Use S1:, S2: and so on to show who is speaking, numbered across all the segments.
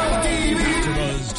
S1: AfterBuzz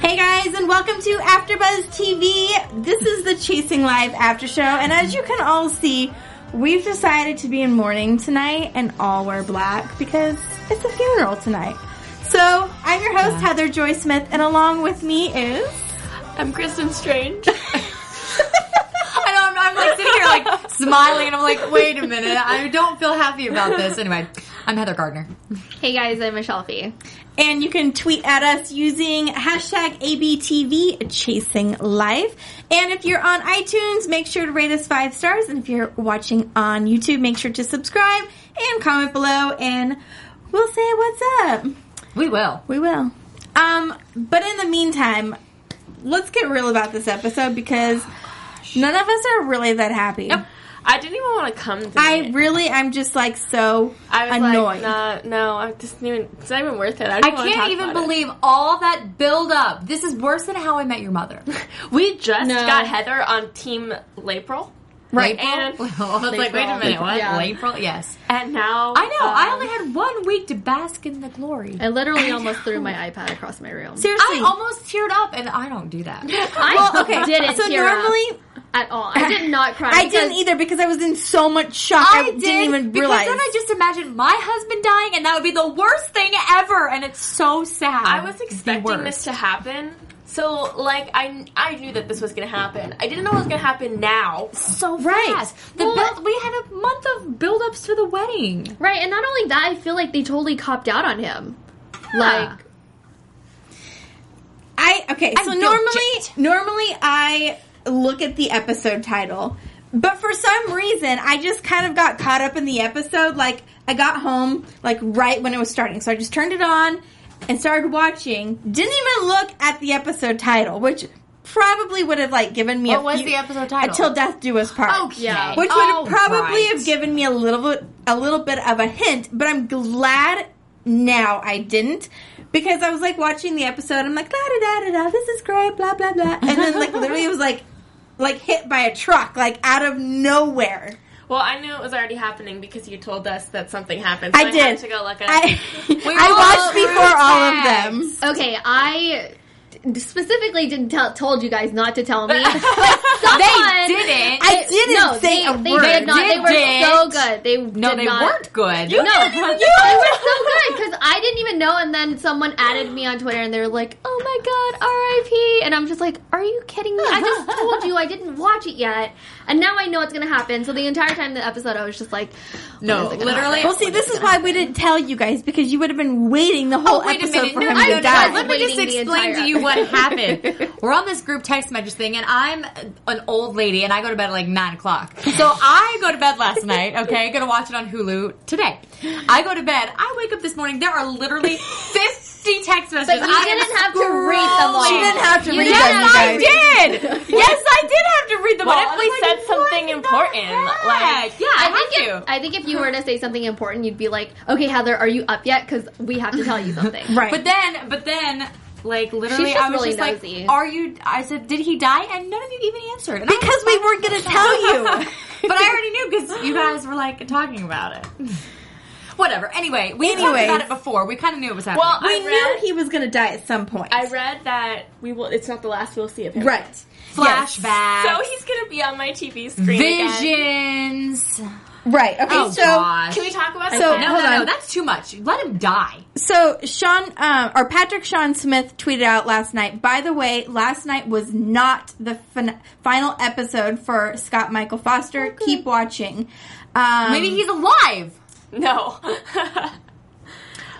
S2: Hey guys, and welcome to AfterBuzz TV. This is the Chasing Live after show, and as you can all see, we've decided to be in mourning tonight and all wear black because it's a funeral tonight. So I'm your host Heather Joy Smith, and along with me is
S3: I'm Kristen Strange. I know I'm, I'm like sitting here like smiling, and I'm like, wait a minute, I don't feel happy about this. Anyway, I'm Heather Gardner.
S4: Hey guys, I'm Michelle Fee.
S2: And you can tweet at us using hashtag ABTV Chasing Life. And if you're on iTunes, make sure to rate us five stars. And if you're watching on YouTube, make sure to subscribe and comment below. And we'll say what's up.
S3: We will.
S2: We will. Um, but in the meantime, let's get real about this episode because none of us are really that happy.
S5: I didn't even want to come. Tonight.
S2: I really, I'm just like so
S5: I was
S2: annoyed.
S5: like, nah, no, I just didn't even. It's not even worth it. I,
S3: I
S5: just wanna
S3: can't
S5: talk
S3: even
S5: about it.
S3: believe all that build up. This is worse than how I met your mother.
S5: we just
S4: No.
S5: got Heather on Team Lapril,
S3: Right.
S5: and-
S3: oh, April? I was like, wait a minute, what? April? Yes.
S5: and now
S3: I know. I
S5: um,
S3: only had one week to bask in the glory.
S4: I literally almost threw my iPad across my room.
S2: Seriously.
S3: I almost teared up, and I don't do that.
S4: I
S2: okay,
S4: didn't
S2: so
S4: tear up
S2: normally
S4: at all. I did not cry.
S2: I
S4: because
S2: didn't either because I was in so much shock. I, didn't
S3: did,
S2: even
S3: because
S2: realize.
S3: Then I just imagined my husband dying, and that would be the worst thing ever. And it's so sad.
S5: I was
S3: The
S5: expecting
S3: worst.
S5: this to happen. So like I I knew that this was gonna happen. I didn't know it was gonna happen now.
S3: so
S2: Right.
S3: fast. The
S4: Well-
S3: build, we had a month of build-ups to the wedding.
S4: right, and not only that, I feel like they totally copped out on him. Like
S2: I okay.
S3: I
S2: so
S3: feel
S2: normally,
S3: gypped.
S2: normally I look at the episode title, but for some reason I just kind of got caught up in the episode. Like I got home like right when it was starting, so I just turned it on and started watching. Didn't even look at the episode title, which probably would have like given me
S3: What
S2: a
S3: was
S2: few-
S3: the episode title?
S2: Until death do us part.
S3: Okay.
S4: Yeah.
S2: which would
S3: All
S2: probably
S3: right.
S2: have given me a little bit, a little bit of a hint, but I'm glad now I didn't because I was like watching the episode. I'm like, da da da da da, this is great, blah blah blah, and then like literally it was like, like hit by a truck, like out of nowhere.
S5: Well, I knew it was already happening because you told us that something happened. So
S2: I
S5: I,
S2: did.
S5: had to go look at
S2: I, I
S3: all
S2: watched before
S3: through
S2: all of
S3: text.
S2: them.
S4: okay, I d- specifically didn't tell told you guys not to tell me. Someone,
S3: They didn't.
S2: I didn't
S4: no,
S2: say
S4: they,
S2: a
S4: they
S2: word.
S4: did not. They
S3: Didn't.
S4: were so good. They
S3: no,
S4: did
S3: they
S4: not-
S3: weren't good.
S4: No, they were so good because I didn't even know, and then someone added me on Twitter, and they were like, "Oh my god, R.I.P." And I'm just like, "Are you kidding me? I just told you I didn't watch it yet, and now I know it's gonna happen." So the entire time the episode, I was just like,
S3: No, literally.
S2: Well, see, this is why we didn't tell you guys because you would have been waiting the whole
S3: Oh, wait a
S2: episode
S3: minute.
S2: for
S3: No,
S2: him
S3: no,
S2: to
S3: no,
S2: die.
S3: no. Let me just
S4: Waiting the
S3: explain to
S4: entire
S3: you what happened. We're on this group text message thing, and I'm an old lady, and I go to bed at like 9 o'clock. So I go to bed last night, okay? Gonna watch it on Hulu today. I go to bed. I wake up this morning. There are literally 50 text messages.
S4: you
S3: I am
S4: didn't have to read them all.
S3: scrolling.
S2: She didn't have to
S4: You
S2: read
S4: didn't
S2: them, you
S3: Yes, I
S2: guys.
S3: did. Yes, I did have to read them
S5: What
S3: all.
S5: if
S3: I
S5: we
S3: was
S5: said
S3: like,
S5: something
S3: what the
S5: important?
S3: heck?
S5: Like-
S3: yeah,
S4: I
S3: I,
S4: think
S3: have
S4: if
S3: to.
S4: I think if you were to say something important, you'd be like, "Okay, Heather, are you up yet? Because we have to tell you something."
S2: Right.
S3: But then, but then, like literally,
S4: She's just
S3: I was
S4: really
S3: just
S4: nosy.
S3: like, "Are you?" I said, "Did he die?" And none of you even answered. And I
S2: because we weren't going to tell you.
S3: but I already knew because you guys were like talking about it. Whatever. Anyway, we
S2: Anyways.
S3: talked about it before. We kind of knew it was happening.
S5: well,
S2: we
S5: I
S2: knew
S5: read
S2: he was going to die at some point.
S5: I read that we will. It's not the last we'll see of him.
S2: right.
S3: flashback,
S5: So he's gonna be on my TV screen. Again.
S3: visions.
S2: Right. Okay.
S3: Oh
S2: so
S3: gosh.
S5: Can we talk about
S2: So-
S5: that?
S3: no,
S2: Hold
S3: no, no,
S2: on.
S3: that's too much. Let him die.
S2: so Sean um, or Patrick Sean Smith tweeted out last night. By the way, last night was not the fin- final episode for Scott Michael Foster. Keep watching. Um,
S3: Maybe he's alive.
S5: No.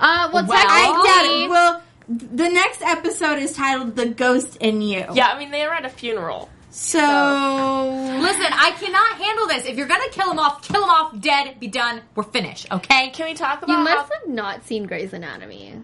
S4: Uh, well,
S3: Well,
S2: I doubt
S4: technically,
S2: it. Well, the next episode is titled "The Ghost in You."
S5: yeah, I mean they were at a funeral.
S2: So,
S3: Listen, I cannot handle this. If you're gonna kill him off, kill him off dead. Be done. We're finished. Okay.
S5: Can we talk about
S4: You
S5: how
S4: must have not seen Grey's Anatomy.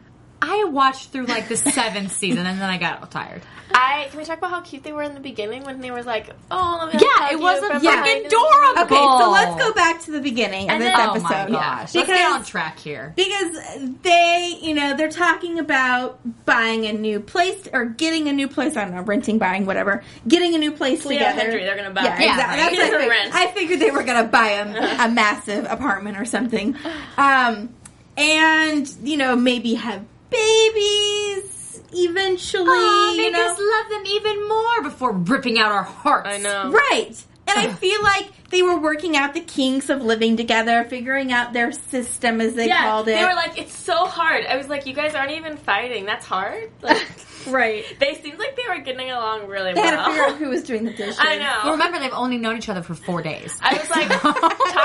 S3: I watched through like the seventh season, and then I got tired.
S5: I can we talk about how cute they were in the beginning when they were like, oh, let me
S3: Yeah,
S5: hug
S3: it
S5: you
S3: was
S5: from
S3: yeah.
S5: behind
S3: freaking
S5: and-
S3: adorable.
S2: okay, so let's go back to the beginning of
S5: And
S2: this
S5: then-
S3: Oh
S2: episode.
S3: my gosh, let's get
S2: Because-
S3: on track here.
S2: because they, you know, they're talking about buying a new place or getting a new place. I don't know, renting, buying, whatever. Getting a new place
S5: Leo
S2: together.
S5: Hendry, they're gonna buy.
S2: Yeah,
S5: Yeah,
S2: exactly. That's
S5: right.
S2: what I,
S5: Rent.
S2: figured. I figured they were gonna buy a, a massive apartment or something, um, and you know, maybe have babies eventually.
S3: Oh,
S2: you
S3: make
S2: know,
S3: us love them even more before ripping out our hearts.
S5: I know.
S2: Right. And I feel like they were working out the kinks of living together, figuring out their system as they
S5: yeah,
S2: called it.
S5: they were like, it's so hard. I was like, you guys aren't even fighting. That's hard. Like,
S2: right.
S5: they seemed like they were getting along really
S2: They had to
S5: well.
S2: figure out who was doing the dishes.
S5: I
S3: Well,
S5: know.
S3: remember they've only known each other for four days.
S5: I was like, talk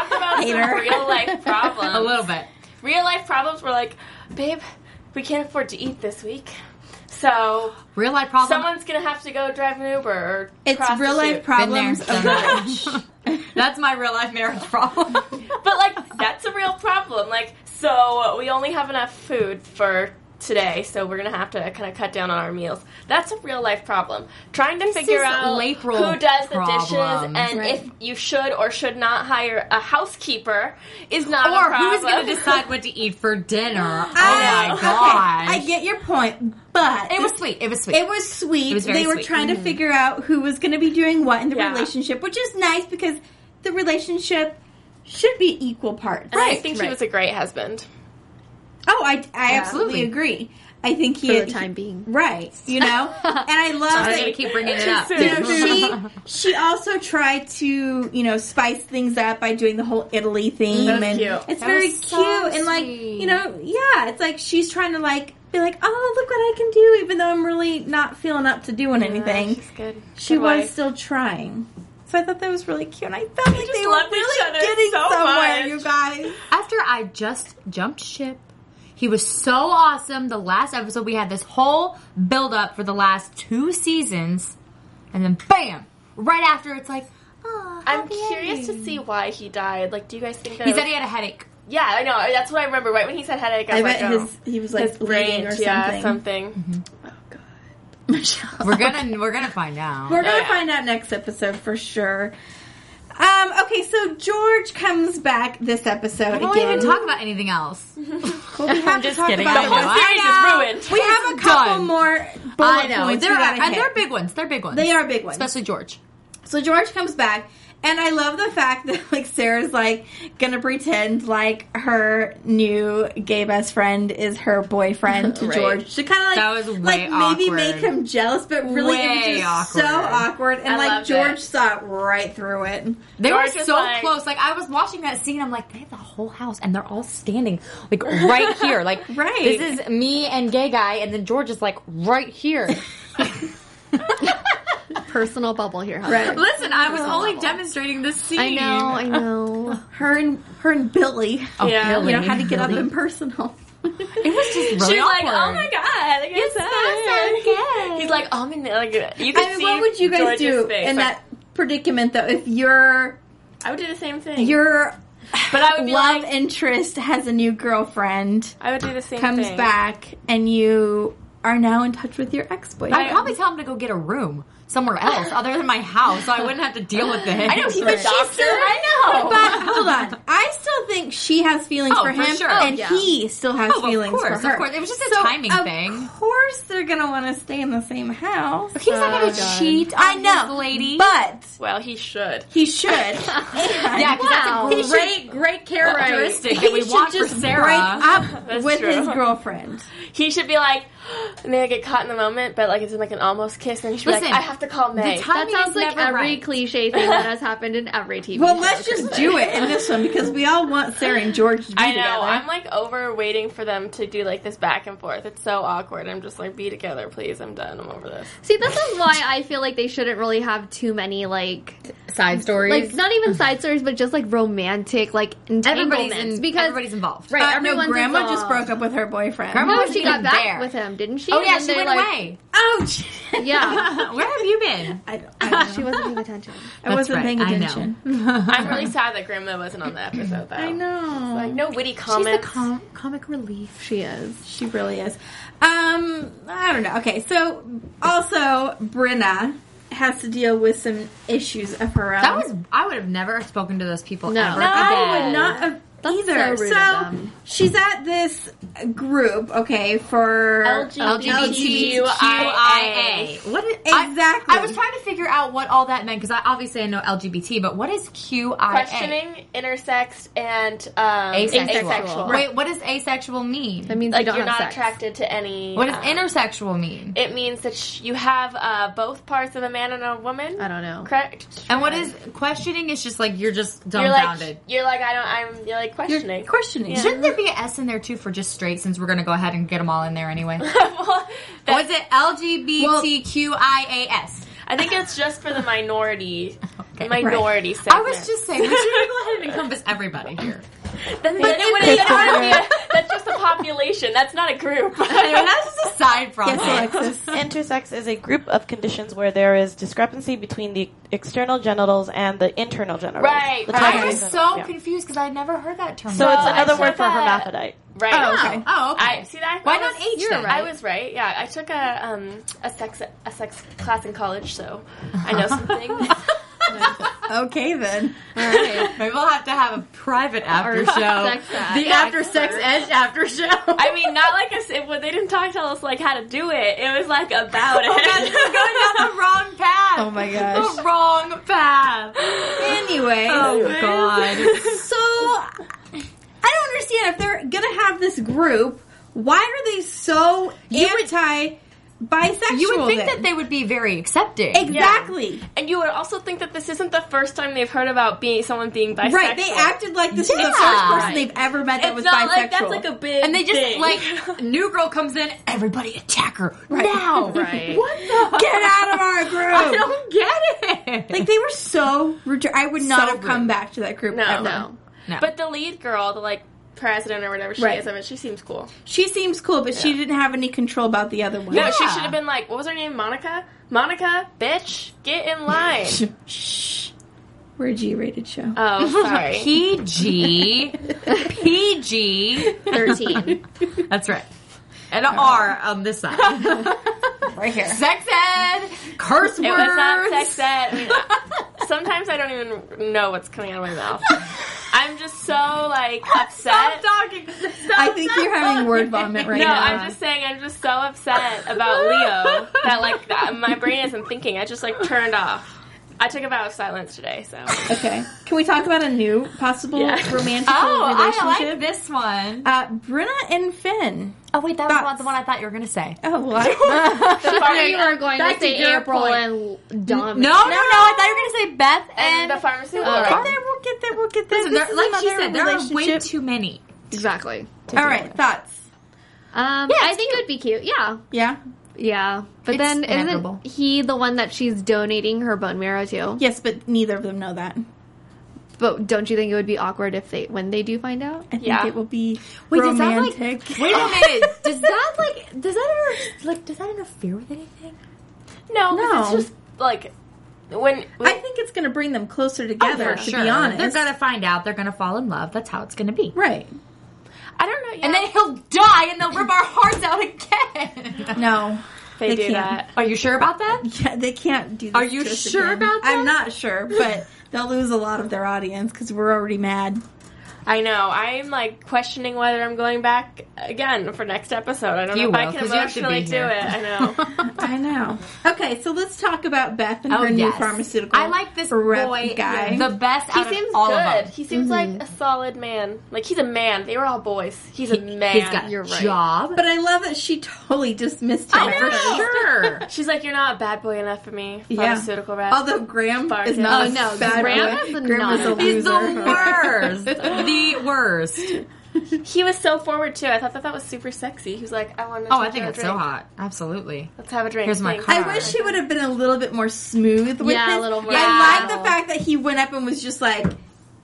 S5: about
S2: Hater.
S5: some real life problems.
S3: A little bit.
S5: Real life problems were like, babe, we can't afford to eat this week. So
S3: Real life problem.
S5: someone's gonna have to go drive an Uber or
S2: It's
S5: prostitute.
S2: real life
S3: Been there,
S2: problems.
S3: done
S2: of
S3: that.
S2: marriage.
S3: That's my real life marriage problem.
S5: But like that's a real problem. Like so we only have enough food for today, so we're gonna have to kind of cut down on our meals. That's a real life problem. Trying to figure
S3: is
S5: out
S3: April
S5: who does the dishes
S3: problems.
S5: and
S2: Right.
S5: if you should or should not hire a housekeeper is not a
S3: or
S5: problem.
S3: who's going to decide what to eat for dinner? Oh
S2: I-
S3: my
S2: okay,
S3: gosh.
S2: I get your point, but
S3: it was sweet. It was sweet.
S2: It was sweet.
S3: It was very
S2: they were
S3: sweet.
S2: trying to figure out who was going to be doing what in the
S5: Yeah.
S2: relationship, which is nice because the relationship should be equal parts.
S5: And I think he was a great husband.
S2: Oh, I, I absolutely
S3: Absolutely.
S2: agree. I think he
S4: For the
S2: he-
S4: time being.
S2: right? You know, and I love
S3: I'm
S2: that
S3: going to keep bringing it up.
S2: you know, she she also tried to you know spice things up by doing the whole Italy theme.
S5: That was
S2: and
S5: cute.
S2: It's
S3: That
S2: very
S3: was
S2: cute
S3: so
S2: and like
S3: sweet.
S2: you know yeah, it's like she's trying to like be like oh look what I can do even though I'm really not feeling up to doing anything.
S5: Uh, She's good.
S2: she
S5: Good
S2: was
S5: wife.
S2: still trying. So I thought that was really cute. And I felt like they were
S5: loved each
S2: really
S5: other
S2: getting
S5: so
S2: somewhere,
S5: much.
S2: you guys.
S3: After I just jumped ship, he was so awesome. The last episode, we had this whole build up for the last two seasons, and then bam! Right after, it's like, oh,
S5: I'm curious to see why he died. Like, do you guys think that?
S3: He
S5: it
S3: said
S5: was-
S3: he had a headache.
S5: yeah, I know. That's what I remember. Right when he said headache, I,
S2: I
S5: was
S2: bet
S5: like, oh.
S2: his he was like
S5: his
S2: bleeding
S5: brain,
S2: or
S5: yeah,
S2: something. Mm-hmm.
S5: something.
S2: Michelle.
S3: We're gonna we're gonna find out.
S2: We're gonna
S5: Oh, yeah.
S2: find out next episode for sure. Um, okay, so George comes back this episode
S3: we don't
S2: again.
S3: even talk about anything else.
S2: Well, we have to talk
S3: kidding.
S2: about
S3: The whole
S2: it. I
S5: series is
S2: know.
S5: ruined.
S2: We have a couple
S3: Done.
S2: more. Bullet
S3: I know
S2: points
S3: they're
S2: we gotta
S3: and they're
S2: hit.
S3: big ones. They're big ones.
S2: They are big ones.
S3: especially George.
S2: So George comes back, and I love the fact that like Sarah's like gonna pretend like her new gay best friend is her boyfriend to
S5: Right.
S2: George to kind of like
S3: That was way
S2: like maybe
S3: awkward.
S2: make him jealous, but really it was
S3: Way
S2: just so
S3: awkward.
S2: awkward. And
S5: I
S2: like
S5: loved
S2: George
S5: it.
S2: saw it right through it.
S3: They
S5: George
S3: were
S5: was
S3: so
S5: like-
S3: close. Like I was watching that scene, I'm like, they have the whole house, and they're all standing like right here. Like
S2: Right.
S3: this is me and gay guy, and then George is like right here.
S4: Personal bubble here, huh?
S2: Right.
S3: Listen, I
S2: Oh.
S3: was only demonstrating this scene.
S4: I know, I know.
S2: Her and her and Billy,
S3: Oh,
S5: Yeah.
S3: Billy.
S2: you know, had to get up in personal.
S3: It was just really
S5: She's like,
S3: awkward.
S5: oh my god, like it's
S2: so sad."
S5: He's like, oh my, like you can
S2: I mean,
S5: see.
S2: what would you guys
S5: George's
S2: do
S5: face.
S2: in
S5: Like,
S2: that predicament though? If your
S5: I would do the same thing.
S2: your
S5: but I would be
S2: love
S5: like,
S2: interest has a new girlfriend,
S5: I would do the same.
S2: comes
S5: thing.
S2: back, and you are now in touch with your ex
S3: I'd
S2: boyfriend.
S3: probably tell him to go get a room somewhere else other than my house, so I wouldn't have to deal with it.
S5: I know he's a
S2: But
S5: doctor.
S2: she's still-
S5: I know.
S2: But hold on, I still think she has feelings
S3: Oh,
S2: for
S3: for
S2: him,
S3: sure.
S2: and
S3: Oh,
S4: yeah.
S2: he still has
S3: Oh, of
S2: feelings
S3: course,
S2: for
S3: of
S2: her.
S3: course. It was just a
S2: So,
S3: timing
S2: of
S3: thing.
S2: course, they're gonna want to stay in the same house. Oh,
S3: He's not gonna cheat on
S2: I know,
S3: this lady.
S2: but
S5: well, he should.
S2: he should. And
S3: yeah, 'cause
S4: Wow.
S3: that's
S4: He
S3: a
S4: should-
S3: great, great characteristic that we
S2: he should
S3: want for
S2: just
S3: Sarah.
S2: break up
S5: That's
S2: with
S5: true.
S2: his girlfriend.
S5: He should be like, and they get caught in the moment, but like it's like an almost kiss, and he should be
S3: Listen,
S5: like, I have to call May.
S3: The
S4: That
S3: timing
S4: sounds
S3: is
S4: like
S3: never
S4: every
S3: right.
S4: cliche thing that has happened in every TV
S2: Well,
S4: show.
S2: let's just do it in this one because we all want Sarah and George to be
S5: I know.
S2: together.
S5: I'm like over waiting for them to do like this back and forth. It's so awkward. I'm just like, be together, please. I'm done. I'm over this.
S4: See, this is why I feel like they shouldn't really have too many like,
S3: side stories.
S4: like not even side stories, but just like romantic, like
S3: everybody's
S4: entanglements.
S3: in,
S4: because
S3: everybody's involved.
S4: right,
S2: Uh, no,
S4: everyone's
S2: grandma
S4: involved.
S2: just broke up with her boyfriend.
S3: Grandma
S4: No,
S3: wasn't
S4: she got
S3: even
S4: back
S3: there.
S4: with him. didn't she?
S3: Oh
S4: And
S3: yeah, she
S4: then they,
S3: went
S4: like-
S3: away.
S2: Ouch!
S4: Yeah.
S3: Where have you been?
S2: I, don't- I, don't
S4: she wasn't paying attention.
S2: I wasn't
S3: right,
S2: paying
S3: I know.
S2: attention. I know.
S5: I'm really sad that Grandma wasn't on the episode, though. I Like, no witty
S4: She's
S5: comments.
S4: the com- comic relief. She is.
S2: She really is. Um, I don't know. Okay, so also Brenna has to deal with some issues of her own.
S3: That was I would have never spoken to those people
S4: No.
S3: ever.
S4: No.
S2: I
S4: Again.
S2: would not have
S4: That's
S2: either.
S4: so rude
S2: So,
S4: of them.
S2: she's at this group, okay, for
S4: LGBTQIA.
S3: LGBTQIA. What is,
S2: Exactly.
S3: I, I was trying to figure out what all that meant because I obviously I know LGBT, but what is QIA?
S5: Questioning, intersexed, and um,
S3: Asexual.
S5: asexual.
S3: Wait, what does asexual mean?
S4: That means
S5: Like,
S4: you don't
S5: you're
S4: have
S5: not
S4: sex.
S5: attracted to any.
S3: what does
S5: um,
S3: intersexual mean?
S5: It means that sh- you have uh, both parts of a man and a woman.
S4: I don't know.
S5: Correct.
S3: and what is questioning? Is just like you're just
S5: You're like
S3: dumbfounded.
S5: you're like I don't. I'm. You're like questioning.
S2: questioning.
S3: Shouldn't there be an S in there too for just straight? Since we're gonna go ahead and get them all in there anyway.
S5: Well, that-
S3: Was it LGBTQIAS?
S5: I think it's just for the minority.
S3: Okay.
S5: minority.
S3: I
S5: Segment.
S3: was just saying we should go ahead and encompass everybody here.
S5: Then, then it wouldn't
S2: the
S5: even have to be
S2: corner.
S5: a- that's just a population. That's not a group.
S3: Anyway, that's just a side problem.
S2: Yes, Alexis.
S6: Intersex is a group of conditions where there is discrepancy between the external genitals and the internal genitals.
S5: Right,
S6: The
S5: right.
S6: top
S3: I was
S6: genitals,
S3: so
S6: yeah.
S3: confused because I never heard that term.
S6: So it's
S5: I
S6: another
S5: saw
S6: word for
S5: that.
S6: hermaphrodite.
S5: right.
S3: Oh, okay. Oh, okay.
S5: I see that.
S3: Why
S5: I
S3: not
S5: was-
S3: H?
S4: you're
S3: then?
S4: right.
S5: I was right. Yeah, I took a um a sex a sex class in college, so I know something.
S2: Okay, then.
S4: All right.
S3: Maybe we'll have to have a private after
S4: Or
S3: show.
S4: sex ed.
S3: the after sex edge after show.
S5: I mean, not like a, it, well, they didn't talk tell us like how to do it. It was like about
S3: That's going
S5: it.
S3: down the wrong path.
S2: Oh my gosh.
S3: The wrong path.
S2: Anyway,
S3: Oh god.
S2: so I don't understand if they're gonna have this group. Why are they so anti bisexual?
S3: You would think that they would be very accepting.
S2: exactly
S5: and you would also think that this isn't the first time they've heard about being someone being bisexual.
S2: right. They acted like this was
S3: Yeah.
S2: the first person
S3: Right.
S2: they've ever met that
S5: It's
S2: was
S5: not
S2: bisexual.
S5: like that's like a big
S3: and they just
S5: thing.
S3: like new girl comes in, everybody attack her now.
S4: Right.
S3: What the?
S2: Get out of our
S3: I
S2: group.
S3: don't get it.
S2: Like they were so rude. to- I would not
S3: So
S2: have come
S3: rude.
S2: back to that group.
S5: No.
S2: ever.
S4: No.
S3: no.
S5: But the lead girl, the like president or whatever she
S2: Right.
S5: is, I mean, she seems cool.
S2: She seems cool, but she didn't have any control about the other one.
S5: No, she
S3: Yeah.
S5: should have been like, what was her name? Monica? Monica, bitch, get in line.
S2: Shh. We're a G-rated show.
S5: oh, sorry.
S3: PG, PG.
S4: 13.
S3: That's right. And a R on this side.
S2: right here.
S3: sex ed, curse
S5: It
S3: words.
S5: was not sex ed. I mean, I- sometimes I don't even know what's coming out of my mouth. I'm just so like
S3: Stop
S5: upset.
S3: talking. Stop
S2: I think you're having word vomit right
S5: No,
S2: now.
S5: I'm just saying I'm just so upset about Leo that like that my brain isn't thinking. I just like turned off. I took a vow of silence today, so
S2: Okay. Can we talk about a new possible
S5: Yeah.
S2: romantic
S3: Oh, I
S2: relationship?
S3: like this one.
S2: uh, Brenna and Finn.
S3: Oh wait, that
S2: was not
S3: was not
S2: the
S3: the one I thought you were gonna say.
S2: Oh, what?
S5: the
S4: you
S5: pharma-
S4: were going
S3: back
S4: to
S3: to
S4: say
S3: your
S4: April
S3: point.
S4: and Dominic.
S3: No, no, no! I thought you were gonna say Beth
S5: and
S3: and.
S5: the pharmaceutical.
S4: Uh,
S2: we'll
S5: rep.
S2: get there. We'll get there. We'll get there.
S3: Listen,
S2: This
S3: there-
S2: is
S3: like she
S2: another
S3: said, there are way
S2: relationship.
S3: too many.
S4: Exactly.
S2: All right, thoughts.
S4: Um, I think it would be cute. Yeah.
S2: Yeah.
S4: Yeah. But
S3: It's
S4: then
S3: inevitable.
S4: isn't he the one that she's donating her bone marrow to?
S2: Yes, but neither of them know that.
S4: But don't you think it would be awkward if they when they do find out?
S2: I think
S5: Yeah.
S2: it will be
S3: Wait, does that, like-
S2: romantic.
S3: Wait a minute. Does that like does that ever like does that interfere with anything?
S5: No, 'cause
S2: No.
S5: it's just like when, when
S2: I think it's going to bring them closer together. to be honest,
S3: Oh, they're gonna find out. They're gonna fall in love. That's how it's gonna be.
S2: right.
S5: I don't know. Yeah,
S3: And then he'll die, and they'll rip our hearts out again.
S2: No,
S5: they, do
S2: can't.
S5: that.
S3: Are you sure about that?
S2: Yeah, they can't do. This
S3: Are you
S2: to us
S3: sure
S2: again.
S3: about that?
S2: I'm not sure, but they'll lose a lot of their audience because we're already mad.
S5: I know. I'm like questioning whether I'm going back again for next episode. I don't
S3: You
S5: know if I
S3: will,
S5: can
S3: 'cause you have to
S5: emotionally
S3: be
S5: do
S3: here.
S5: it. I know.
S2: I know. Okay, so let's talk about Beth and her new pharmaceutical.
S3: Oh, I like this
S2: rep
S3: boy
S2: guy.
S3: the best
S5: he
S3: out
S5: seems
S3: of all
S5: good.
S3: of Mm-hmm. them.
S5: He seems like a solid man. Like he's a man. They were all boys. He's a man.
S3: He's got your
S4: You're right.
S3: job.
S2: but I love that she totally dismissed him.
S3: Oh,
S2: at
S3: for
S2: first.
S3: sure.
S5: She's like, you're not a bad boy enough for me.
S2: Yeah.
S5: Pharmaceutical rep.
S2: Although Graham
S5: Bark.
S2: is not a
S4: Oh, no,
S2: bad
S4: Graham
S2: boy.
S4: is
S2: Graham
S4: not
S2: is
S4: a-
S2: a loser.
S3: He's the worst. the worst.
S5: he was so forward too. I thought that that was super sexy. He was like, I want to.
S3: Oh, I think it's so hot. Absolutely.
S5: Let's have a drink.
S3: Here's my
S5: Thanks.
S3: card.
S2: I wish he would have been a little bit more smooth with
S4: Yeah, a
S2: his-
S4: little more
S2: I like
S3: Yeah.
S2: the fact that he went up and was just like,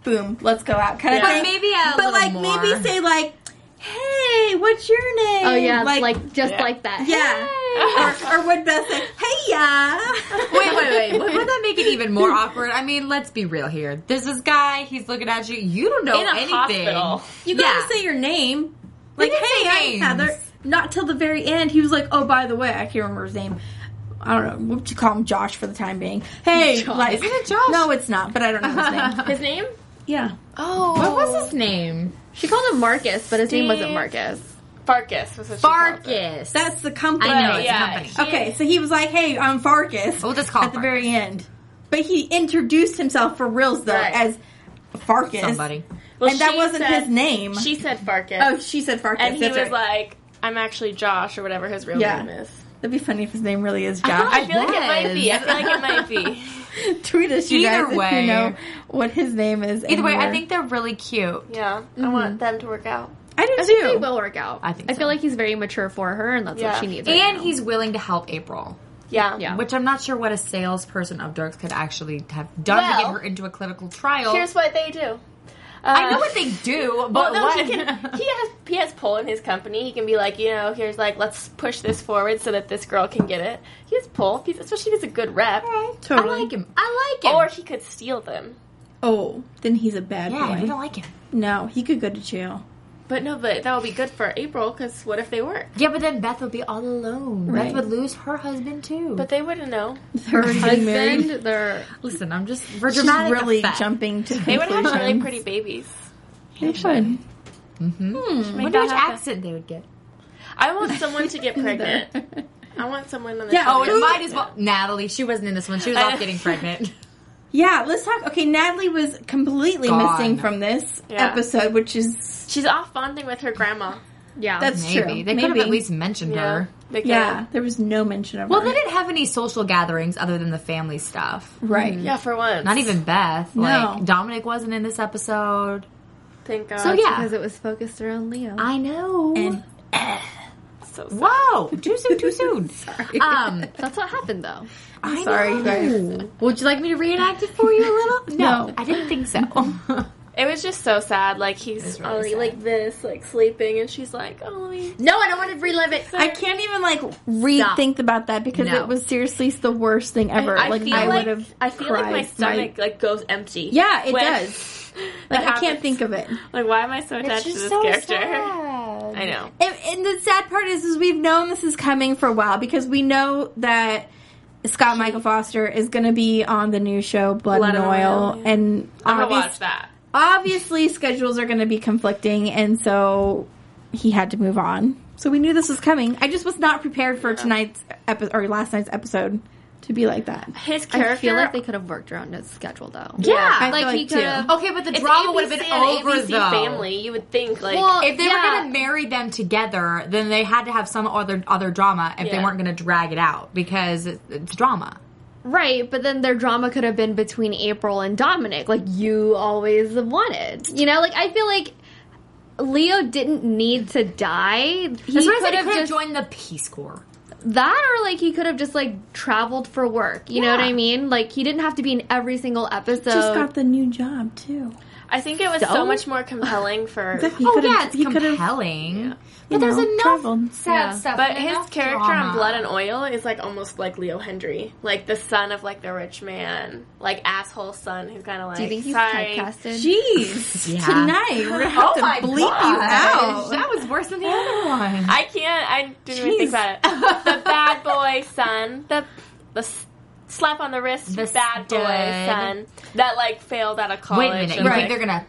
S2: boom, let's go out kind
S5: Yeah.
S2: of
S3: But
S2: thing.
S3: maybe a
S2: but
S3: little
S2: like
S3: more.
S2: maybe say like, hey, what's your name?
S4: Oh yeah, like, just
S5: Yeah.
S4: like that.
S2: yeah. Or, or would Beth say, hey, yeah.
S3: Wait, wait, wait. Would that make it even more awkward? I mean, let's be real here. There's this guy. He's looking at you. You don't know
S5: In a
S3: anything.
S5: hospital.
S2: You
S3: Yeah.
S2: gotta say your name. Like,
S3: didn't
S2: hey,
S3: say
S2: I'm
S3: names.
S2: Heather. Not till the very end. He was like, oh, by the way, I can't remember his name. I don't know. We'll just call him Josh for the time being. Hey, like,
S3: Isn't it Josh?
S2: No, it's not, but I don't know his name.
S5: His name?
S2: yeah.
S5: Oh,
S3: What was his name?
S4: She called him Marcus, but his name wasn't
S5: Steve.
S4: Marcus.
S5: Farkas was what she called it.
S3: Farkas.
S2: That's the company.
S3: I know. It's
S5: Yeah.
S3: a company.
S2: Okay, so he was like, hey, I'm Farkas.
S3: We'll just call
S2: At the
S3: Farkas.
S2: very end. But he introduced himself for reals, though,
S5: Right.
S2: as Farkas.
S3: Somebody.
S5: Well,
S2: and that
S5: she
S2: wasn't
S5: said-
S2: his name.
S5: She said Farkas.
S2: oh, she said Farkas.
S5: and he
S2: that's
S5: was
S2: right.
S5: like, I'm actually Josh or whatever his real
S2: Yeah.
S5: name is.
S2: That'd be funny if his name really is
S5: I
S2: Josh.
S5: feel like it might be. I
S3: was.
S5: feel like it might be.
S2: Tweet us, you
S3: Either
S2: guys, if
S3: way.
S2: you know what his name is.
S3: Either way, I
S2: anywhere.
S3: think they're really cute.
S5: Yeah. I
S2: Mm-hmm.
S5: want them to work out.
S2: I do
S4: I think they
S2: too.
S4: will work out.
S3: I think
S4: I
S3: so.
S4: feel like he's very mature for her, and that's
S5: Yeah.
S4: what she needs. right
S3: And
S4: now.
S3: he's willing to help April,
S5: Yeah.
S4: Yeah.
S3: which I'm not sure what a salesperson of drugs could actually have done to get
S5: Well,
S3: her into a clinical trial.
S5: Here's what they do. Uh,
S3: I know what they do,
S5: Well,
S3: but
S5: no,
S3: what?
S5: he can. He has he has pull in his company. He can be like, you know, here's like, let's push this forward so that this girl can get it. He has pull, he's, especially if he's a good rep.
S3: I
S2: Totally.
S3: like him. I like him.
S5: Or he could steal them.
S2: oh, then he's a bad
S3: yeah, we
S2: boy.
S3: don't like him.
S2: No, he could go to jail.
S5: But no, but that would be good for April because what if they work?
S3: Yeah, but then Beth would be all alone.
S2: Right.
S3: Beth would lose her husband too.
S5: But they wouldn't know.
S2: They're already getting married.
S4: husband, they're
S3: listen, I'm just for
S2: She's
S3: dramatic
S2: really
S3: effect.
S2: jumping to
S5: They would have really pretty babies.
S2: They should.
S5: Make
S3: Wonder
S5: that
S3: which
S5: happen.
S3: accent they would get.
S5: I want someone to get pregnant. I want someone on the
S2: Yeah,
S5: show.
S3: Oh,
S2: Who-
S3: it might as well. Natalie, she wasn't in this one. She was off getting pregnant.
S2: Yeah, let's talk. Okay, Natalie was completely
S3: Gone.
S2: missing from this
S5: Yeah.
S2: episode, which is
S5: She's off bonding with her grandma.
S4: yeah.
S2: that's
S3: Maybe
S2: true.
S3: they could have
S2: Maybe.
S3: at least mentioned
S5: Yeah,
S3: her.
S5: they could.
S2: Yeah, there was no mention of
S3: Well,
S2: her.
S3: they didn't have any social gatherings other than the family stuff.
S2: right.
S5: Yeah, for once.
S3: Not e- even Beth.
S2: No.
S3: Like Dominic wasn't in this episode.
S5: Thank God.
S3: So yeah,
S4: because it was focused around Leo.
S3: I know.
S2: And
S5: So sad.
S3: Whoa, too soon, too soon. Um,
S4: that's what happened though.
S3: I'm
S2: sorry, you guys.
S3: Would you like me to reenact it for you a little?
S2: No.
S3: I didn't think so.
S5: It was just so sad. Like he's
S3: really
S5: only
S3: sad.
S5: like this, like sleeping, and she's like, "Oh, let me
S4: No, I don't want to relive it.
S2: I can't even like rethink about that because
S3: No.
S2: it was seriously the worst thing ever.
S5: I
S2: like
S5: feel
S2: I
S5: like
S2: would have.
S5: I feel like my stomach like goes empty.
S2: yeah, it
S5: when-
S2: does.
S5: that
S2: Like I can't
S5: happens.
S2: think of it.
S5: Like why am I so attached to this character? I know.
S2: And, and the sad part is, is we've known this is coming for a while because we know that Scott Michael Foster is going to be on the new show Blood,
S5: Blood
S2: and
S5: and
S2: Oil,
S5: Oil,
S2: and
S5: I'm gonna
S2: obvious-
S5: watch that.
S2: obviously schedules are going to be conflicting, and so he had to move on. So we knew this was coming. I just was not prepared for tonight's episode or last night's episode to be like that.
S5: His character.
S4: I feel like they could have worked around his schedule though.
S2: Yeah, I
S4: like
S2: feel
S4: he
S2: like too.
S4: could have.
S3: Okay, but the
S5: it's
S3: drama
S5: ABC
S3: would have been
S5: and
S3: over
S5: ABC
S3: though.
S5: Family, you would think like
S4: Well,
S3: If they
S4: yeah.
S3: were going to marry them together, then they had to have some other other drama. If they
S5: Yeah.
S3: weren't going to drag it out because it- it's drama.
S4: Right, but then their drama could have been between April and Dominic, like you always wanted. You know, like I feel like Leo didn't need to die. He
S3: That's what I said. He
S4: could've
S3: could have
S4: just
S3: joined the Peace Corps.
S4: that, or like he could have just like traveled for work. You know what
S3: Yeah.
S4: I mean? Like he didn't have to be in every single episode.
S2: Just got the new job too.
S5: I think it was so,
S4: So?
S5: much more compelling for.
S2: He
S3: oh
S2: could've-
S3: yeah, it's
S2: he could've-
S3: compelling.
S2: you
S3: But there's
S2: know,
S3: enough
S2: traveled.
S3: sad
S4: Yeah.
S3: stuff.
S5: But
S3: and
S5: his
S3: enough
S5: character
S3: drama.
S5: on Blood and Oil is like almost like Leo Hendry, like the son of like the rich man, like asshole son who's kind of like.
S4: Do you think he's
S5: sorry.
S4: typecasted?
S2: Jeez,
S3: Yeah. Oh
S2: tonight we're gonna have to bleep you out.
S3: That was worse than the other one.
S5: I can't. I didn't even
S2: Jeez.
S5: think about it. The bad boy son. The the s- slap on the wrist.
S3: The
S5: The bad boy
S3: stud.
S5: son that like failed out of college.
S3: Wait a minute.
S5: and,
S3: You
S5: like-
S3: think they're gonna?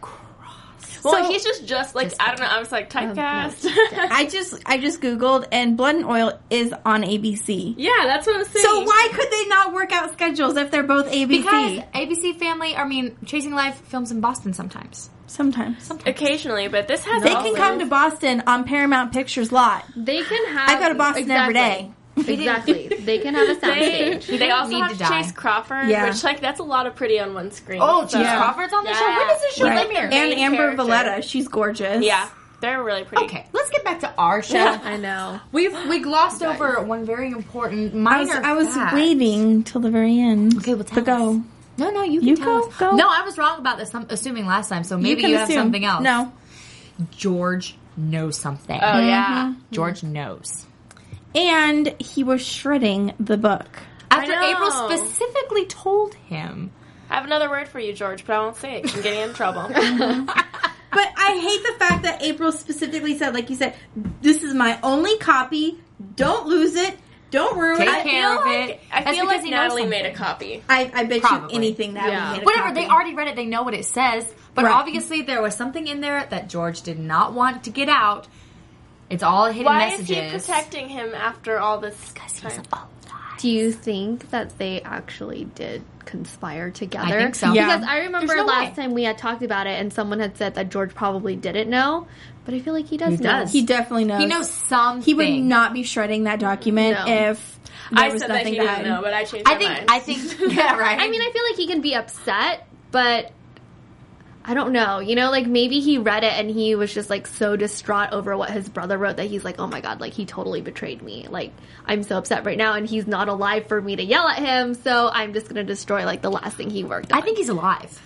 S5: Well,
S2: So-
S5: he's just just like
S3: Just
S5: I don't know. I was like typecast.
S2: I just I just googled and Blood and Oil is on ABC.
S5: yeah, that's what I'm saying.
S2: So why could they not work out schedules if they're both ABC?
S3: Because ABC Family, I mean, Chasing Life films in Boston sometimes.
S2: Sometimes
S5: Occasionally, but this has
S2: they
S5: also-
S2: can come to Boston on Paramount Pictures lot.
S4: They can have.
S2: I go to Boston every day.
S4: Exactly. they can have a
S5: They,
S4: soundstage.
S5: they also
S3: need
S5: have
S3: to
S5: to
S3: die.
S5: Chase Crawford,
S2: Yeah.
S5: which like that's a lot of pretty on one screen.
S3: Chase
S2: Yeah.
S3: Crawford's on the show. When does this show
S5: Right.
S3: premiere?
S2: And
S5: main
S2: Amber
S5: character.
S2: Valletta, she's gorgeous.
S5: yeah, they're really pretty.
S3: Okay, let's get back to our show.
S4: I know.
S3: We've we glossed over one very important minor.
S2: I was, I was
S3: fact.
S2: waiting till the very end.
S3: Okay, well, tell
S2: to go.
S3: us. No, no, you can
S2: You
S3: tell
S2: go,
S3: us.
S2: go.
S3: No, I was wrong about this. I'm assuming last time, so maybe you,
S2: can
S3: have
S2: assume.
S3: something else.
S2: No,
S3: George knows something.
S5: Oh
S3: Mm-hmm.
S5: yeah.
S3: George knows.
S2: And he was shredding the book.
S3: After
S5: know.
S3: April specifically told him.
S5: I have another word for you, George, but I won't say it. 'cause I'm getting in trouble.
S2: But I hate the fact that April specifically said, like you said, this is my only copy. Don't lose it. Don't ruin
S3: Take
S2: it.
S3: care of it.
S5: I
S3: That's
S5: feel
S3: because
S5: like
S3: he knows
S5: Natalie
S3: something.
S5: made a copy.
S2: I, I bet
S3: Probably.
S2: you anything that
S5: Yeah.
S2: we made a
S3: Whatever,
S2: copy.
S3: they already read it, they know what it says. But
S2: Right.
S3: obviously there was something in there that George did not want to get out. It's all hidden
S5: Why
S3: messages.
S5: is he protecting him after all this time?
S4: Do you think that they actually did conspire together?
S3: I think so.
S2: Yeah.
S4: Because I remember
S3: There's no
S4: last
S3: way.
S4: time we had talked about it, and someone had said that George probably didn't know, but I feel like he does.
S3: He
S4: know.
S3: does.
S2: He definitely knows.
S3: He knows something.
S2: He would not be shredding that document
S4: No.
S2: if there
S5: I
S2: was
S5: said that
S2: nothing
S5: he
S2: to hide.
S5: didn't know, but I changed my
S3: I
S5: mind.
S3: think. I think. Yeah, right.
S4: I mean, I feel like he can be upset, but I don't know. You know, like maybe he read it and he was just like so distraught over what his brother wrote that he's like, oh my god, like he totally betrayed me. Like I'm so upset right now, and he's not alive for me to yell at him, so I'm just gonna destroy like the last thing he worked on.
S3: I think he's alive.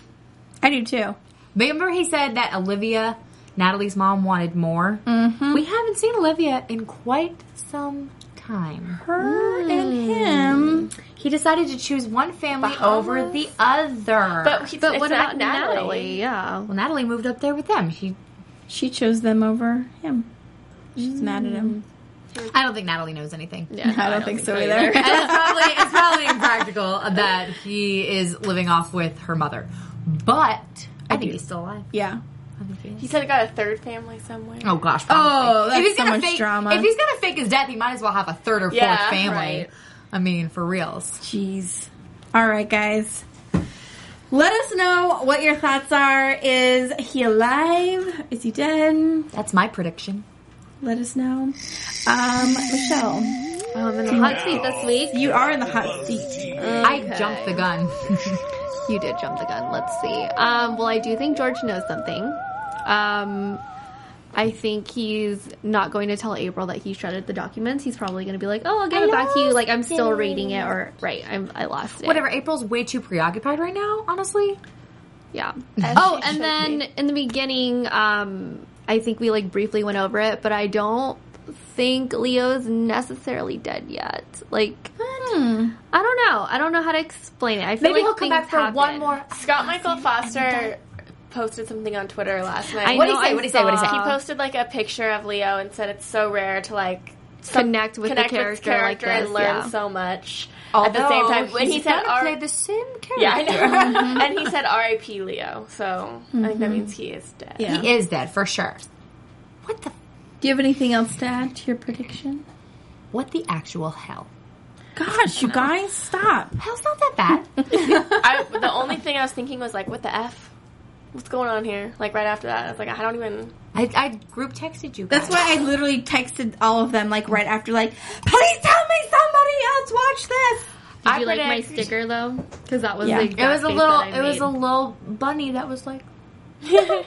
S2: I do too.
S3: Remember, he said that Olivia, Natalie's mom, wanted more. Mm-hmm. We haven't seen Olivia in quite some time.
S2: Her and him.
S3: He decided to choose one family over the other.
S5: but he's-
S4: But
S5: it's
S4: what
S5: not
S4: about Natalie? Yeah.
S3: well, Natalie moved up there with them. She.
S2: She chose them over him. She's mad at him.
S3: I don't think Natalie knows anything.
S4: Yeah,
S2: Hmm. I don't, think so either.
S3: And it's probably it's probably impractical uh, that he is living off with her mother. But I, think he's still alive.
S2: yeah.
S3: I think he is.
S5: He said he got a third family somewhere.
S3: Oh gosh! Probably.
S2: Oh, that's
S3: if he's
S2: so
S3: gonna
S2: much
S3: fake,
S2: drama.
S3: If he's gonna fake his death, he might as well have a third or
S5: Yeah,
S3: fourth family.
S5: right.
S3: I mean, for reals.
S2: Jeez. All right, guys. Let us know what your thoughts are. Is he alive? Is he dead?
S3: That's my prediction.
S2: Let us know. Um, Michelle,
S4: Um, in the hot seat this week.
S2: you are in the hot seat.
S3: I jumped the gun.
S4: You did jump the gun. Let's see. Um, well, I do think George knows something. Um, I think he's not going to tell April that he shredded the documents. He's probably going to be like, "Oh, I'll give it back to you." Like I'm still reading it, or right, I'm I lost it.
S3: Whatever. April's way too preoccupied right now. Honestly,
S4: Yeah. oh, and then in the beginning, um, I think we like briefly went over it, but I don't think Leo's necessarily dead yet. Like, I don't know. I don't know how to explain it. I feel
S3: Hmm. maybe
S4: like
S3: he'll come back
S4: things
S3: for one
S4: happen.
S3: more.
S5: Scott Michael Foster posted something on Twitter last night.
S4: I
S3: What do
S4: know
S3: you say?
S4: I
S3: What do you say? What do you say?
S4: saw-
S5: he posted like a picture of Leo and said it's so rare to like some-
S4: Connect with the
S5: his
S4: character like this,
S5: and learn
S4: yeah.
S5: so much at
S3: Although
S5: the same time. When
S3: he's
S5: he said
S3: gonna
S5: R-
S3: play the same character.
S5: yeah, I
S2: Mm-hmm.
S5: know. and he said R.I.P. Leo, so I think that means he is dead.
S2: Yeah.
S3: He is dead for sure. What the?
S2: Do you have anything else to add to your prediction?
S3: What the actual hell?
S2: Gosh, you guys, stop.
S3: Hell's not that bad.
S5: I, the only thing I was thinking was like, what the f? What's going on here? Like right after that, I was like, I don't even.
S3: I, I group texted you. Guys.
S2: That's why I literally texted all of them like right after, like, please tell me somebody else watch this.
S4: Did
S5: I
S4: you like my
S5: predict-
S4: sticker though? Because that was
S2: Yeah.
S4: the
S2: It
S4: exact
S3: It was a
S4: face
S3: little.
S4: that I
S3: It was
S4: made.
S3: a little bunny that was like.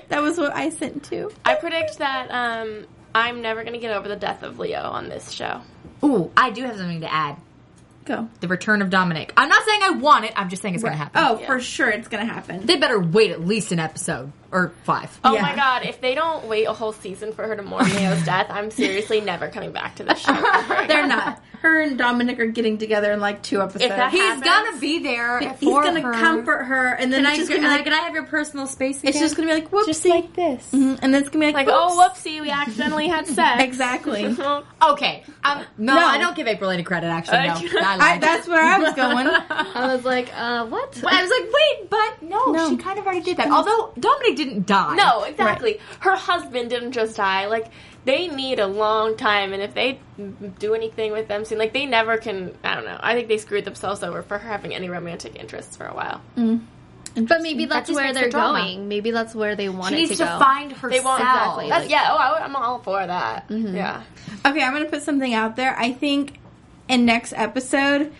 S2: That was what I sent too.
S5: I predict that um, I'm never gonna get over the death of Leo on this show.
S3: Ooh, I do have something to add.
S2: Go.
S3: The return of Dominic. I'm not saying I want it. I'm just saying it's going to happen.
S2: Oh, for sure it's gonna happen.
S3: They better wait at least an episode or five.
S5: Oh
S2: Yeah.
S5: my god! If they don't wait a whole season for her to mourn Leo's death, I'm seriously never coming back to this show.
S2: They're not. Her and Dominic are getting together in like two episodes.
S5: that
S3: He's
S5: happens.
S3: gonna be there.
S2: He's
S3: for
S2: gonna
S3: her.
S2: comfort her, and then
S3: And
S2: it's
S3: I,
S2: just
S3: just
S2: gonna be like,
S3: can I have your personal space? Again?
S2: it's just gonna be like, whoopsie, just like this, and then it's gonna be like,
S5: Like, oh
S2: whoops.
S5: whoopsie, we accidentally had sex.
S2: exactly.
S5: Well,
S3: okay. Um, no,
S2: No.
S3: I don't give April any credit. Actually, no,
S2: I,
S3: I lied. I,
S2: that's where I was going.
S4: I was like, uh, what?
S3: was like, wait, but no,
S2: No.
S3: she kind of already did that. Although Dominic didn't die.
S5: no, exactly. Her husband didn't just die. Like, they need a long time, and if they do anything with them soon, like, they never can. I don't know. I think they screwed themselves over for her having any romantic interests for a while.
S4: But maybe that's
S3: just
S4: where
S3: makes
S4: they're
S3: the drama.
S4: going. Maybe that's where they want
S3: she
S4: it
S3: needs to,
S4: to go.
S3: find herself.
S5: They won't.
S4: Exactly.
S5: That's, yeah. Oh, I, am all for that. Yeah.
S2: Okay, I'm gonna put something out there. I think in next episode,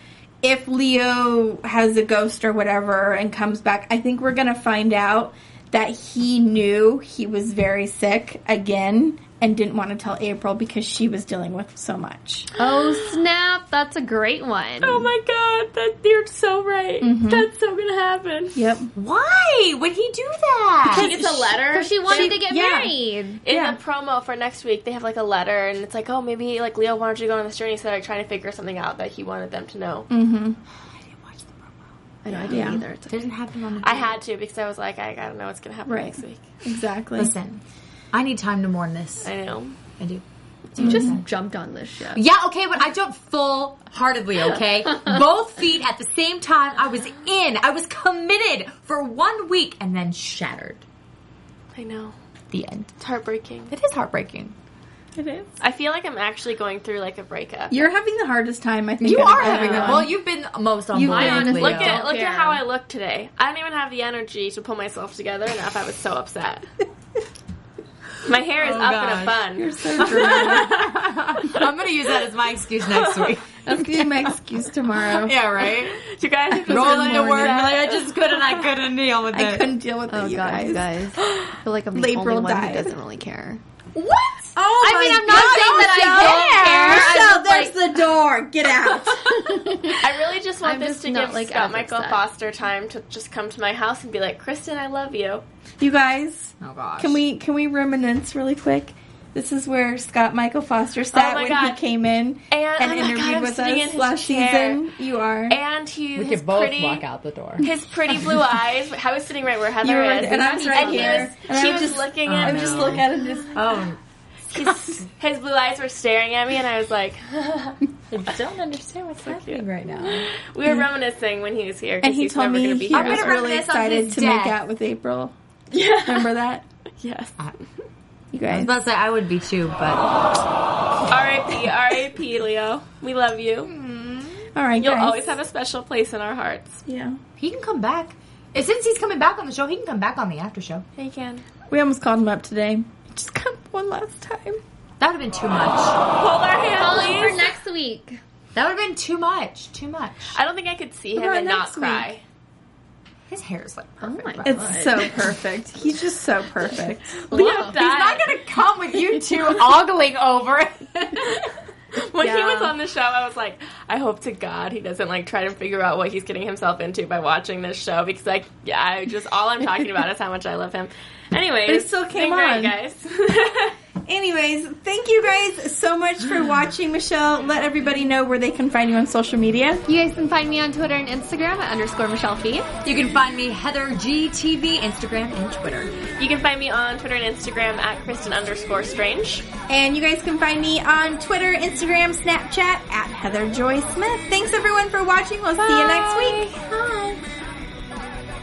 S2: if Leo has a ghost or whatever and comes back, I think we're gonna find out that he knew he was very sick again and didn't want to tell April because she was dealing with so much.
S4: Oh snap! That's a great one.
S5: Oh my god, that you're so right. That's so gonna happen.
S2: Yep.
S3: Why would he do that?
S5: She gets a letter.
S4: Because she wanted
S5: She-
S4: to get
S2: yeah.
S4: married.
S5: in
S2: Yeah.
S5: the promo for next week, they have like a letter, and it's like, oh, maybe like Leo wanted you to go on this journey, so they're like, trying to figure something out that he wanted them to know. I know I didn't
S2: Yeah.
S5: either. It's like-
S3: didn't happen on the.
S5: I had to because I was like, I gotta know what's gonna happen
S2: Right.
S5: next week.
S2: Exactly.
S3: Listen, I need time to mourn this.
S5: I know.
S3: I do.
S4: You just
S2: Mm-hmm.
S4: jumped on this ship.
S3: Yeah, okay, but I jumped full heartedly, okay? Both feet at the same time. I was in. I was committed for one week and then shattered.
S5: I know.
S3: The end.
S5: It's heartbreaking.
S3: It is heartbreaking.
S2: It is.
S5: I feel like I'm actually going through like a breakup.
S2: You're having the hardest time, I think.
S3: You
S2: out
S3: are
S2: of
S3: having it.
S2: everyone.
S3: Well, you've been most on
S4: You
S3: board.
S4: I honestly
S3: Leo.
S5: Look at
S4: don't
S5: look
S4: care.
S5: at how I look today. I don't even have the energy to pull myself together enough. I was so upset. My hair is
S3: Oh,
S5: up in
S3: gosh.
S5: a bun.
S2: You're so dramatic.
S3: I'm going to use that as my excuse next week.
S2: That's gonna be my excuse tomorrow.
S3: yeah, right?
S5: you guys are just
S3: Roll into
S2: morning.
S3: work. Like, I just couldn't. I couldn't deal with
S2: I
S3: it.
S2: couldn't deal with it,
S7: Oh
S2: you
S7: god, you
S2: guys.
S7: guys. I feel like I'm the
S2: April
S7: only one
S2: died.
S7: who doesn't really care.
S3: What?
S2: Oh
S4: I mean,
S2: my
S4: I'm not
S2: God, Michelle. Michelle, there's
S4: saying that I don't care. I
S2: the door. Get out.
S5: I really just want
S4: I'm
S5: this
S4: just
S5: to
S4: not,
S5: give
S4: like,
S5: Scott
S4: as
S5: Michael
S4: upset.
S5: Foster time to just come to my house and be like, Kristen, I love you.
S2: you guys,
S3: Oh gosh.
S2: can we can we reminisce really quick? This is where Scott Michael Foster sat
S5: my
S2: when
S5: God.
S2: he came in and
S5: And, oh my
S2: interviewed
S5: God, I'm
S2: with
S5: sitting in
S2: us
S5: his
S2: last
S5: chair.
S2: season. You are.
S5: And he
S8: We
S5: his
S8: could both
S5: pretty,
S8: walk out the door.
S5: His pretty blue eyes. I was sitting right where Heather
S2: You were-
S5: is,
S2: and I was right
S5: he
S2: here.
S5: was-
S2: And I
S5: she
S2: was
S5: was
S2: just-
S5: looking
S3: oh,
S5: at
S2: I
S5: me.
S2: would just look at him just
S3: Oh,
S5: His, his blue eyes were staring at me, and I was like,
S8: I don't understand what's happening right now.
S5: we were reminiscing when he was here. 'cause
S2: and he
S5: he's
S2: told
S5: never
S2: me
S5: gonna
S2: he
S5: be here.
S2: was
S3: gonna
S2: really
S3: reminisce on
S2: excited
S3: his
S2: to
S3: death.
S2: make out with April.
S5: yeah.
S2: Remember that?
S5: Yes.
S2: You
S3: I was
S2: guys.
S3: about to say I would be too, but
S5: R.I.P. R.I.P. Leo. We love you.
S2: All right,
S5: You'll
S2: guys.
S5: always have a special place in our hearts.
S2: yeah.
S3: he can come back. And Since he's coming back on the show, he can come back on the after show.
S5: Hey, Ken.
S2: We almost called him up today. Just come one last time.
S3: That would have been too much.
S5: Hold our hand,
S4: Call it for
S5: please.
S4: next week.
S3: That would have been too much. Too much.
S5: I don't think I could see him
S2: about
S5: and not
S2: next week?
S5: cry.
S3: His hair is like
S4: Oh my god.
S2: It's so perfect. He's just so perfect.
S5: Leo died.
S3: He's not gonna come with you two ogling over.
S5: When he was on the show, I was like, I hope to God he doesn't like try to figure out what he's getting himself into by watching this show because like yeah, I just all I'm talking about is how much I love him. Anyways,
S2: They still came
S5: been great,
S2: on.
S5: guys.
S2: Anyways, thank you guys so much for watching, Michelle. Let everybody know where they can find you on social media.
S4: You guys can find me on Twitter and Instagram at underscore Michelle Fee.
S3: you can find me Heather GTV, Instagram and Twitter.
S5: you can find me on Twitter and Instagram at Kristen underscore strange.
S2: And you guys can find me on Twitter, Instagram, Snapchat at Heather Joy Smith. Thanks everyone for watching. We'll see you next week. Bye.